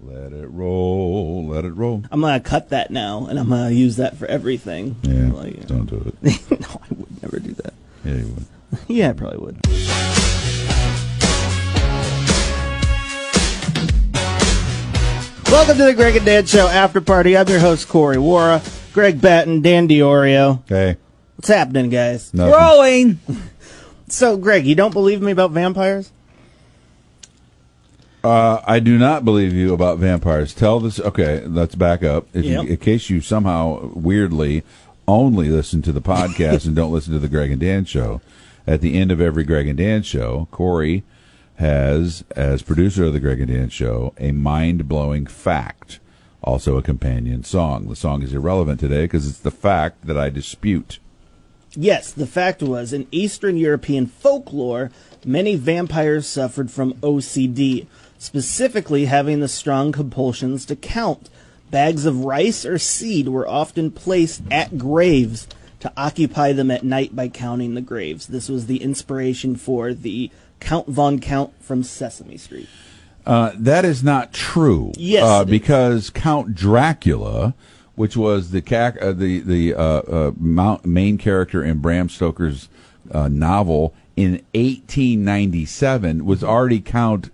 Let it roll, let it roll. I'm gonna cut that now, and I'm gonna use that for everything. Yeah, Like, don't do it. no, I would never do that. Yeah, you would. Yeah, I probably would. Welcome to the Greg and Dan Show After Party. I'm your host Corey Wara, Greg Batten, Dan Diorio. Hey, What's happening, guys? nothing. Rolling. So, Greg, you don't believe me about vampires? Uh, I do not believe you about vampires. Tell this. Okay, let's back up. If you, Yep. in case you somehow weirdly only listen to the podcast and don't listen to the Greg and Dan show, at the end of every Greg and Dan show, Corey has, as producer of the Greg and Dan show, a mind blowing fact, also a companion song. The song is irrelevant today because it's the fact that I dispute. Yes, the fact was, in Eastern European folklore, many vampires suffered from OCD, specifically having the strong compulsions to count. Bags of rice or seed were often placed at graves to occupy them at night by counting the graves. This was the inspiration for the Count Von Count from Sesame Street. Uh, that is not true. Yes, uh, it is. because Count Dracula, which was the cac- uh, the the uh, uh, mount- main character in Bram Stoker's uh, novel in 1897, was already Count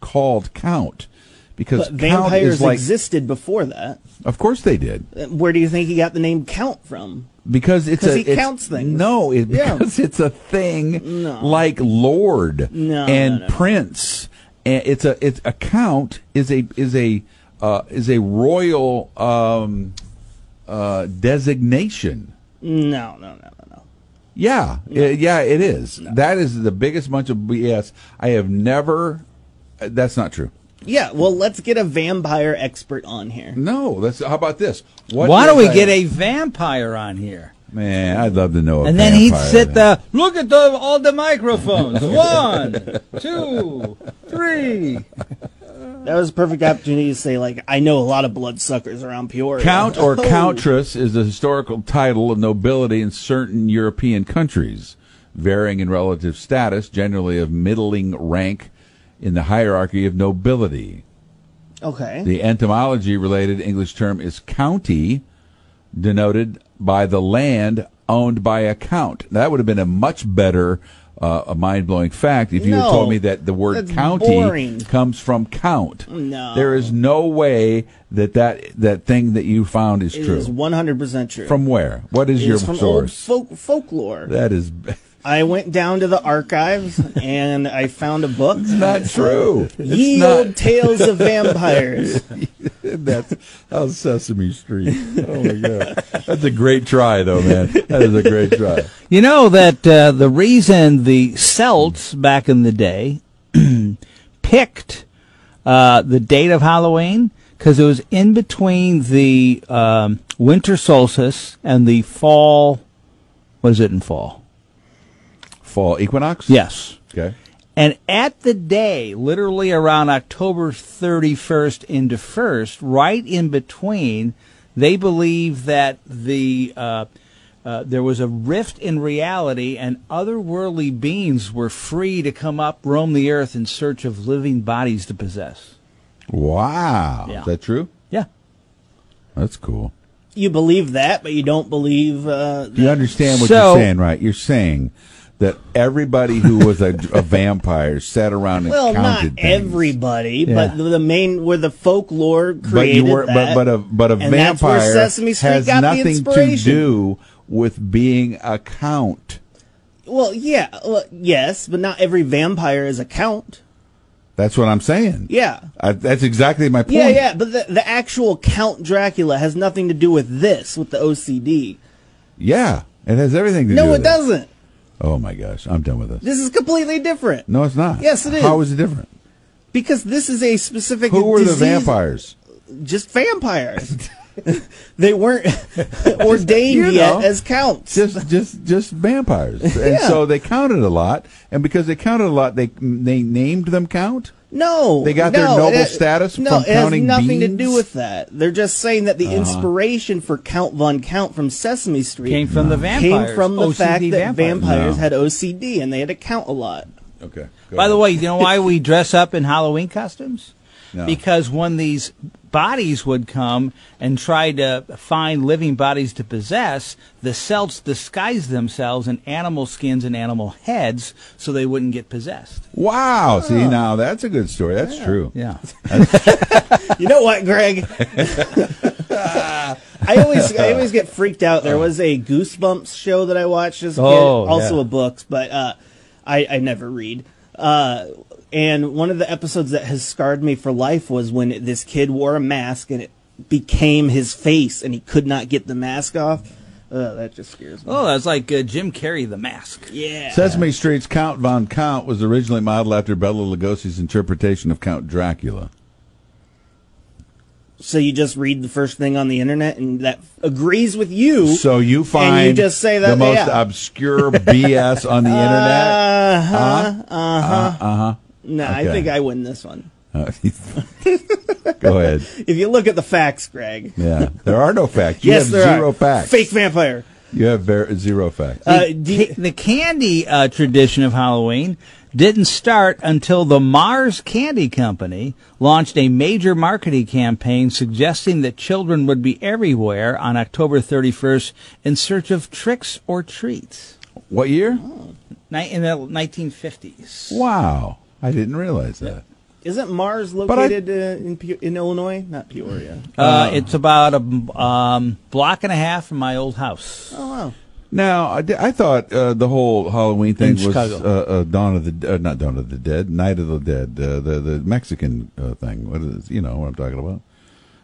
called Count because But Count is vampires like existed before that. of course they did Uh, Where do you think he got the name Count from? because it's 'Cause a he it's- counts things. No, it, Yeah. because it's a thing like Lord No, and no, no. Prince. And it's a it's a count is a is a uh, is a royal um, uh, designation. No, no, no, no, no. Yeah, i- yeah, it is. That is the biggest bunch of BS. I have never. uh, That's not true. Yeah, well, let's get a vampire expert on here. No, that's how about this? What Why don't is we get a vampire on here? man? I'd love to know. a And then he'd vampire. sit there. Look at the all the microphones. One, two, three. That was a perfect opportunity to say, like, I know a lot of bloodsuckers around Peoria. Count or Oh. countess is the historical title of nobility in certain European countries, varying in relative status, generally of middling rank in the hierarchy of nobility. Okay. The entomology related English term is county, denoted by the land owned by a count. That would have been a much better, uh, a mind blowing fact if you had No. told me that the word That's county boring. comes from count. No. There is no way that that, that thing that you found is It true. is 100% true. From where? What is It your is from source? old folk- folklore. that is I went down to the archives and I found a book. not true. Ye not- Old Tales of Vampires. That's how Sesame Street. Oh my god, that's a great try, though, man. That is a great try. You know that uh, the reason the Celts back in the day picked uh, the date of Halloween because it was in between the um, winter solstice and the fall. What is it in fall? Fall equinox. Yes. Okay. And at the day, literally around October 31st into 1st, right in between, they believe that the uh, uh, there was a rift in reality, and otherworldly beings were free to come up, roam the earth in search of living bodies to possess. Wow. Yeah. Is that true? Yeah. That's cool. you believe that, but you don't believe. Uh, Do you understand what So- you're saying, right? You're saying that everybody who was a, a vampire sat around and well, not counted things. everybody, Yeah. but the, the main where the folklore created but you were that. but but a but a and that's where vampire Sesame Street has got the nothing to inspiration. do with being a count. Well, yeah, well, yes, but not every vampire is a count. That's what I'm saying. Yeah. I, that's exactly my point. Yeah, yeah, but the, the actual Count Dracula has nothing to do with this, with the OCD. Yeah, It has everything to do. No, with it doesn't. Oh my gosh, I'm done with this. This is completely different. No, it's not. Yes, it is. How is it different? Because this is a specific. Who were the disease- vampires? Just vampires. they weren't ordained You yet know. as counts. Just, just, just vampires. And Yeah. so they counted a lot, and because they counted a lot, they they named them count. No, They got their no, noble it- status no, from it has counting nothing to beans? Uh-huh. do with that. They're just saying that the inspiration for Count von Count from Sesame Street Came from the vampires. came from the OCD fact that vampires. vampires No. had OCD and they had to count a lot. Okay. By the way, you know why we dress up in Halloween costumes? No. because when these bodies would come and try to find living bodies to possess, the Celts disguised themselves in animal skins and animal heads so they wouldn't get possessed. Wow. Oh. See, now that's a good story. That's true. Yeah. You know what, Greg? I always I always get freaked out. There was a Goosebumps show that I watched as a kid, Oh, also yeah. a books, but uh, I I never read. Uh, and one of the episodes that has scarred me for life was when this kid wore a mask and it became his face, and he could not get the mask off. Uh, that just scares me. Oh, that's like uh, Jim Carrey, the mask. Yeah. Sesame Street's Count Von Count was originally modeled after Bela Lugosi's interpretation of Count Dracula. So you just read the first thing on the internet, and that agrees with you. So you find and you just say that the most yeah. obscure BS on the internet. Uh-huh, No, I Okay. think I win this one. Uh, Go ahead. If you look at the facts, Greg. Yeah, there are no facts. You yes, have there zero are. facts. Fake vampire. You have ver- zero facts. Uh, do you- Ca- the candy uh, tradition of Halloween didn't start until the Mars Candy Company launched a major marketing campaign suggesting that children would be everywhere on October 31st in search of tricks or treats. what year? Ni- In the 1950s. Wow, I didn't realize that. isn't Mars I- located uh, in Pe- in Illinois? Not Peoria. Uh, it's about a um, block and a half from my old house. Oh wow. Now, I, di- I thought uh, the whole Halloween thing In was uh, Chicago. uh, Dawn of the uh, not Dawn of the Dead, Night of the Dead, uh, the the Mexican uh, thing. What is you know what I'm talking about?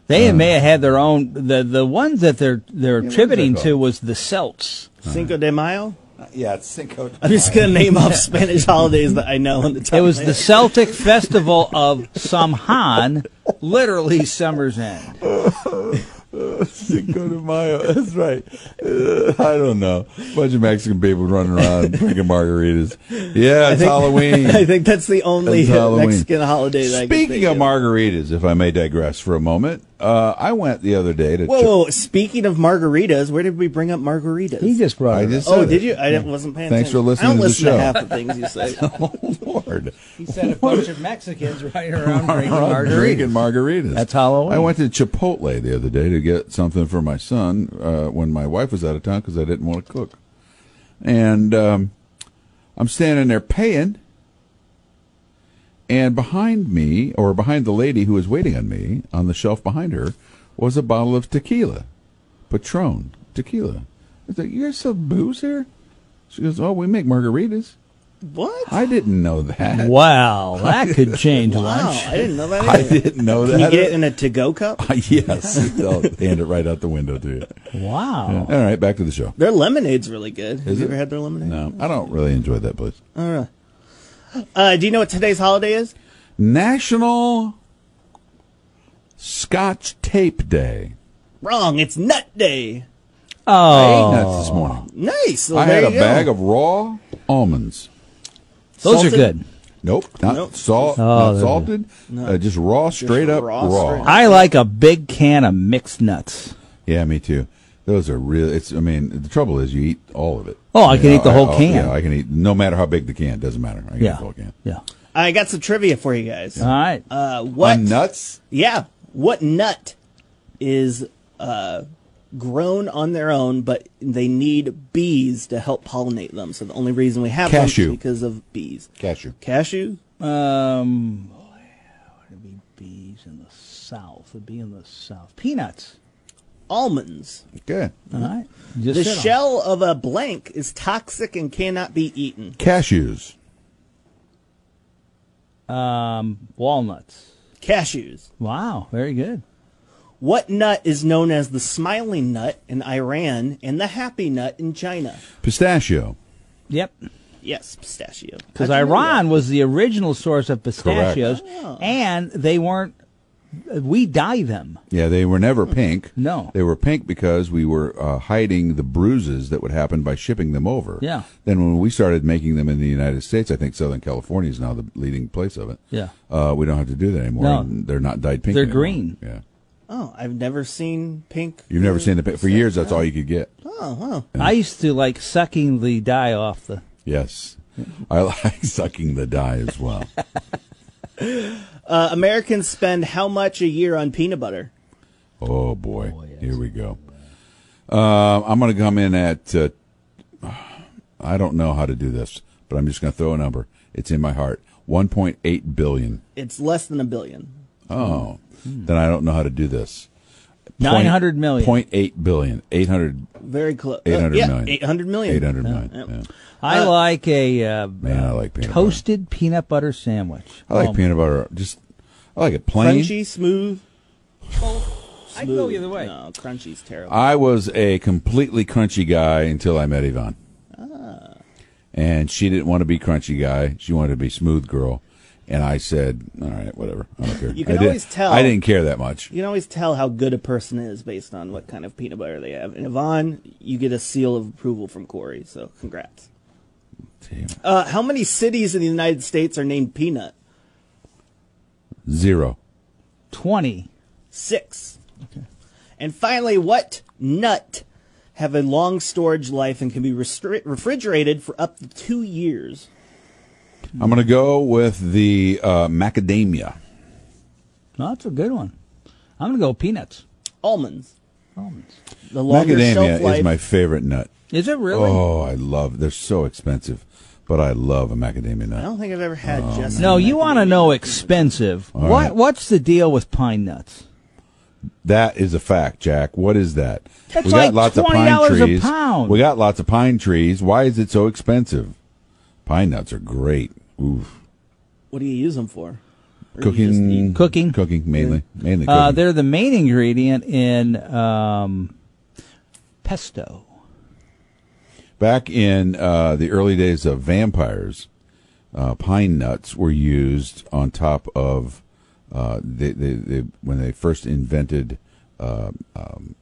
They may have had their own. The the ones that they're they're what's that attributing to called? was the Celts. Cinco de Mayo. Yeah, it's Cinco. I'm just gonna name off Spanish holidays that I know on the top. It was of my the head. Celtic festival of Samhain, literally summer's end. Cinco de Mayo. That's right. Uh, I don't know. bunch of Mexican people running around drinking margaritas. Yeah, it's think- Halloween. I think that's the only That's Halloween. Mexican holiday. That I can Speaking think of margaritas, if I may digress for a moment, uh, I went the other day to. Whoa, whoa, whoa. Speaking of margaritas, where did we bring up margaritas? just brought I just oh, said did it. you? I didn't- wasn't paying Thanks for listening attention. I don't to the listen show. half the things you say. Oh Lord! He said a bunch of Mexicans right around drinking Around Drinking margaritas. That's Halloween. I went to Chipotle the other day to get something for my son uh, when my wife was out of town because I didn't want to cook, and um, I'm standing there paying, and behind me, or behind the lady who was waiting on me, on the shelf behind her, was a bottle of tequila, Patron tequila. I was like, "You guys sell booze here?" She goes, "Oh, we make margaritas." what? I didn't know that. Wow, that could change Wow, lunch. I didn't know that. I Either. didn't know Can that. you get it in a to-go cup? yes, they'll hand it right out the window to you. Wow. All right, back to the show. Their lemonade's really good. Have Is you it? ever had their lemonade? No, I don't really enjoy that place. Uh, do you know what today's holiday is? National Scotch Tape Day. Wrong. It's Nut Day. I Oh, ate nuts this morning. Nice. Well, I there had a you go. bag of raw almonds. those are Salted- good. Nope, not Nope. salt, Oh, not they're- salted, uh, just raw, straight up raw, raw. straight up. I like a big can of mixed nuts. Yeah, me too. Those are real. It's. I mean, the trouble is you eat all of it. Oh, I You can eat the whole oh, can. Yeah, I can eat no matter how big the can. Doesn't matter. I can eat Yeah. the whole can. Yeah. I got some trivia for you guys. All right. Uh, what? On nuts. Yeah. What nut is uh, grown on their own, but they need bees to help pollinate them? So the only reason we have them is Cashew. because of bees. Cashew. Cashew. Um, boy, would be bees in the south? Would be in the south. Peanuts. Almonds. Okay. All right. Just The sit on it. shell of a blank is toxic and cannot be eaten. Cashews. Um, walnuts. Cashews. Wow, very good. What nut is known as the smiling nut in Iran and the happy nut in China? Pistachio. Yep, Yes, pistachio. because How'd you know Iran was the original source of pistachios, and they weren't. We dye them. Yeah, they were never pink. Hmm. No. They were pink because we were uh, hiding the bruises that would happen by shipping them over. Yeah. Then when we started making them in the United States, I think Southern California is now the leading place of it. Yeah. Uh, we don't have to do that anymore. No. and They're not dyed pink. They're anymore. green. Yeah. that? Oh, I've never seen pink. You've never seen the pink. For years, that's all you could get. Oh, wow. I used to like sucking the dye off the. Yes. I like sucking the dye as well. Uh, Americans spend how much a year on peanut butter? Oh boy, here we go. Uh, I'm going to come in at. Uh, I don't know how to do this, but I'm just going to throw a number. It's in my heart. 1.8 billion. It's less than a billion. Oh, then I don't know how to do this. Nine hundred million. 0.8 billion. 800, Very close. Uh, 800 yeah, million. 800 million. 800 million. Yeah. I like a uh, Man, I like peanut butter. toasted peanut butter sandwich. I like Oh, peanut butter. Just I like it plain. Crunchy, smooth. I'd go smooth. either way. No, crunchy's terrible. I was a completely crunchy guy until I met Yvonne. Ah. And she didn't want to be crunchy guy. She wanted to be smooth girl. And I said, all right, whatever. I don't care. You can I didn't- always tell. I didn't care that much. you can always tell how good a person is based on what kind of peanut butter they have. And Yvonne, you get a seal of approval from Corey, so congrats. Uh, how many cities in the United States are named Peanut? Zero. Twenty. Six. And finally, what nut have a long storage life and can be restri- refrigerated for up to two years? I'm going to go with the uh, macadamia. No, that's a good one. I'm gonna go peanuts. Almonds. Almonds. The longer shelf macadamia life. is my favorite nut. Is it really? Oh, I love. They're so expensive, but I love a macadamia I nut. don't think I've ever had Oh, just. No, you macadamia. want to know expensive. All what right. What's the deal with pine nuts? That is a fact, Jack. What is that? That's like $20 a pound. We got lots of pine trees. Why is it so expensive? Pine nuts are great. Oof. What do you use them for? Or do you just Cooking, eat- Cooking. cooking mainly, mainly. Cooking. Uh, they're the main ingredient in um, pesto. Back in uh, the early days of vampires, uh, pine nuts were used on top of uh, they, they, they, when they first invented uh, um,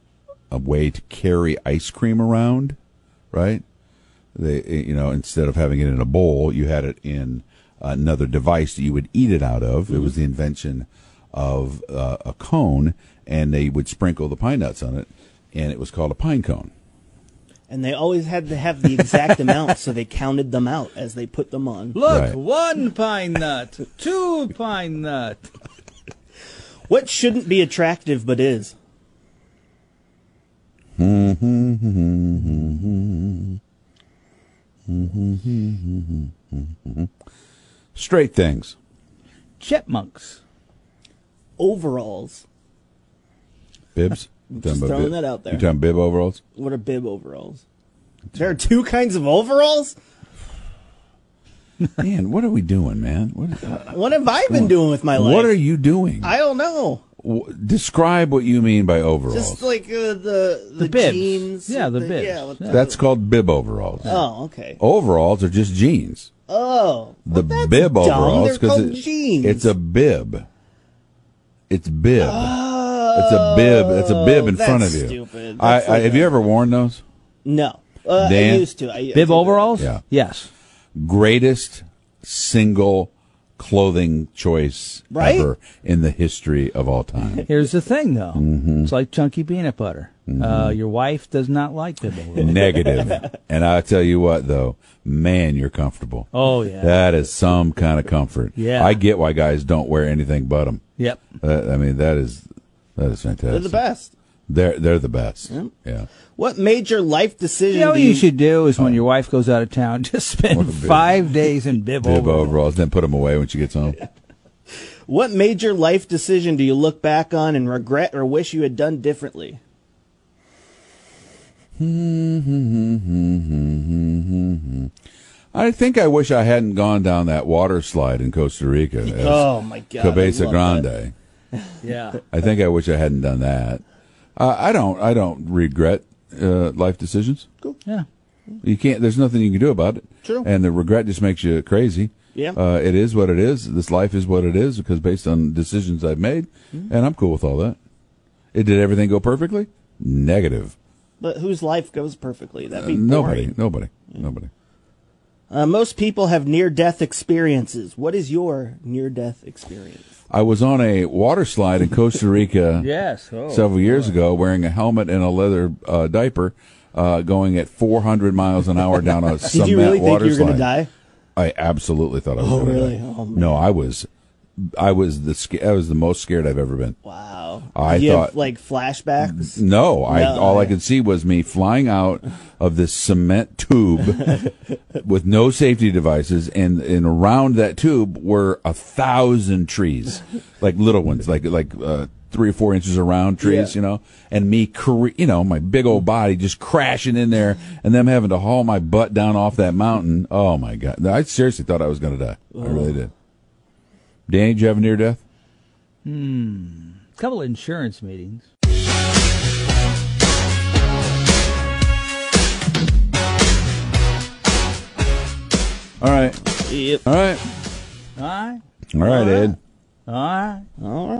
a way to carry ice cream around, right? They, eh, you know, instead of having it in a bowl, you had it in another device that you would eat it out of. It was the invention of uh, a cone, and they would sprinkle the pine nuts on it, and it was called a pine cone. And they always had to have the exact amount, so they counted them out as they put them on. Look, Right. one pine nut, two pine nut. What shouldn't be attractive but is? Straight things. Chipmunks. Overalls. Bibs? just Talking about throwing that out there. You're talking bib overalls? What are bib overalls? There are two kinds of overalls? Man, what are we doing, man? What, What have I been doing with my life? what are you doing? I don't know. W- Describe what you mean by overalls. Just like uh, the, the bibs. jeans. Yeah, the bibs. Yeah, what the- That's called bib overalls. Oh, okay. Overalls are just jeans. Oh. The well, that's bib dumb. overalls They're called it- jeans. it's a bib. It's bib. it's a bib. It's a bib in Oh, that's front of you. stupid. I, That's I, like have a- you ever worn those? No. Uh, I Dan? used to. I, I did Bib that. overalls? Yeah. Yes. Greatest single clothing choice Right? ever in the history of all time. Here's the thing, though. Mm-hmm. It's like chunky peanut butter. Uh, your wife does not like bib overalls. negative. and I tell you what, though, man, you're comfortable. Oh, yeah. That is some kind of comfort. Yeah. I get why guys don't wear anything but them. yep. I mean, that is that is fantastic. They're the best. They're they're the best. Yeah. What major life decision You know do what you should do is when your wife goes out of town, just spend Oh. bib. five days in bib, Oh, Bib overalls. overalls, then put them away when she gets home. What major life decision do you look back on and regret or wish you had done differently? I think I wish I hadn't gone down that water slide in Costa Rica. as Oh my god. I Cabeza love Grande. that. Yeah. I think I wish I hadn't done that. Uh, I don't. I don't regret uh, life decisions. Yeah. You can't. There's nothing you can do about it. True. And the regret just makes you crazy. Yeah. Uh, it is what it is. This life is what it is because based on decisions I've made, Mm-hmm. and I'm cool with all that. It did everything go perfectly? Negative. But whose life goes perfectly? That'd be Uh, Nobody. boring. Nobody. Nobody. Uh, most people have near death experiences. What is your near death experience? I was on a water slide in Costa Rica. Yes. Oh, several years ago, wearing a helmet and a leather uh, diaper, uh, going at 400 miles an hour down a Did cement you really think water you were going to slide. die? I absolutely thought I was Oh, going to really? die. Oh, man. no, I was I was the sca- I was the most scared I've ever been. Wow. I you have, thought- like flashbacks. No, I No, all I yeah. could see was me flying out of this cement tube with no safety devices, and and around that tube were a thousand trees, like little ones, like like uh, three or four inches around trees, Yeah. you know, and me, cre- you know, my big old body just crashing in there, and them having to haul my butt down off that mountain. Oh my god, I seriously thought I was going to die. I really did. Danny, did you have a near death? couple of insurance meetings. All right, Yep. all right, All right. all right, Ed. All right. All right.